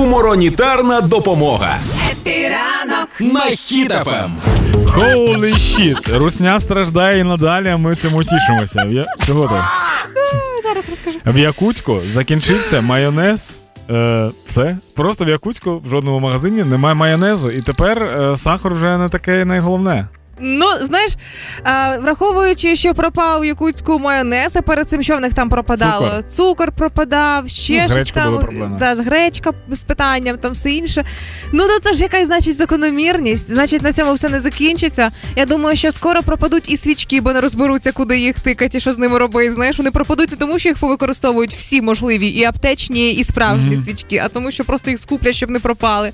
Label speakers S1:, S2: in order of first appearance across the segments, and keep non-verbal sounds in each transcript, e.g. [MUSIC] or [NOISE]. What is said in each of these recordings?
S1: Гуморонітарна допомога
S2: Піранок.
S1: на Ем. хітафем.
S3: Holy shit! Русня страждає і надалі, а ми цьому тішимося. Я... Чого ти?
S4: Зараз розкажу.
S3: В Якутську закінчився майонез. Е, все. Просто в Якутську в жодному магазині немає майонезу, і тепер е, сахар вже не таке найголовне.
S4: Ну, знаєш, е, враховуючи, що пропав якутську майонез, а перед цим що в них там пропадало?
S3: Цукор.
S4: пропадав, ще
S3: Ну, з
S4: щось
S3: гречкою
S4: там.
S3: були проблеми.
S4: Да, з гречка з питанням, там все інше. Ну, ну це ж якась значить закономірність. Значить, на цьому все не закінчиться. Я думаю, що скоро пропадуть і свічки, бо не розберуться, куди їх тикати, і що з ними робити. Знаєш, вони пропадуть не тому, що їх повикористовують всі можливі, і аптечні, і справжні свічки, а тому, що просто їх скуплять, щоб не пропали.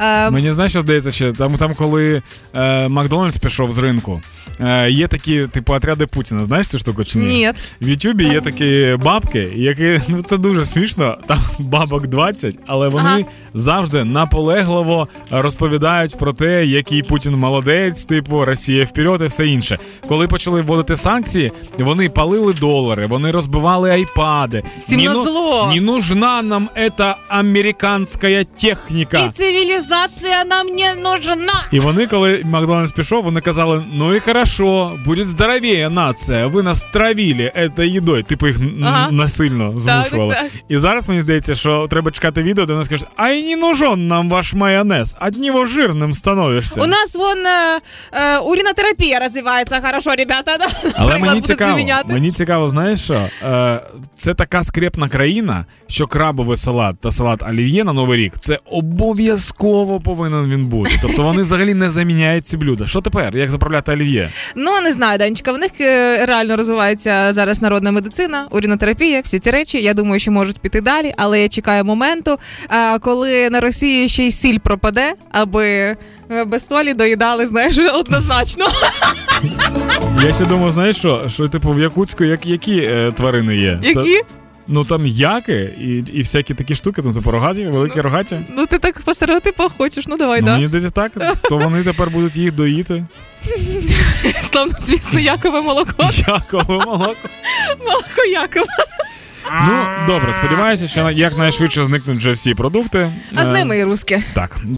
S4: Е,
S3: Мені знаєш, що здається, ще там, там коли е, Макдональдс пішов з ринку, е, є такі, типу, отряди Путіна. Знаєш цю штуку чи ні?
S4: Ні.
S3: В Ютубі є такі бабки, які ну це дуже смішно. Там бабок 20, але вони
S4: Ага.
S3: завжди наполегливо розповідають про те, який Путін молодець, типу Росія вперед і все інше. Коли почали вводити санкції, вони палили долари, вони розбивали айпади.
S4: Всім на
S3: ну-
S4: зло.
S3: не нужна нам эта американська техніка.
S4: І цивілізація нам не нужна.
S3: І вони, коли Макдональдс пішов, вони казали: ну і хорошо, буде здоровіє нація. Ви нас травілі етой їдою. Типу їх н-
S4: Ага.
S3: насильно змушували.
S4: так, так.
S3: І зараз мені здається, що треба чекати відео, де вони скажуть, а й не нужен нам ваш майонез, от нього жирним становишся.
S4: У нас вон е, е, урінотерапія розвивається. Хорошо, ребята. Да?
S3: Але
S4: Приклад
S3: мені
S4: будуть
S3: цікаво,
S4: заміняти.
S3: мені цікаво, знаєш що? Е, це така скрепна країна, що крабовий салат та салат олів'є на новий рік це обов'язково повинен він бути. Тобто вони взагалі не заміняють ці блюда. Що тепер? Як заправляти олів'є?
S4: Ну не знаю, Данечка, в них е, реально розвивається зараз народна медицина, урінотерапія, всі ці речі. Я думаю, що можуть піти далі, але я чекаю моменту, е, коли на Росії ще й сіль пропаде, аби. е, Без солі доїдали, знаєш, однозначно.
S3: Я ще думав, знаєш що? Що типу в Якутську як, які е, тварини є? [LAUGHS] Та-
S4: Які?
S3: ну там яки і, і всякі такі штуки, там типу рогаті, великі рогаті.
S4: Ну ти так по стереотипах хочеш, ну давай,
S3: Ну,
S4: да.
S3: мені здається так, то вони тепер будуть їх доїти.
S4: Славно, звісно, якове
S3: [LAUGHS]
S4: молоко.
S3: Якове молоко.
S4: Молоко якове.
S3: Ну добре, сподіваюся, що якнайшвидше зникнуть вже всі продукти.
S4: А з
S3: Е,
S4: ними і руски.
S3: так.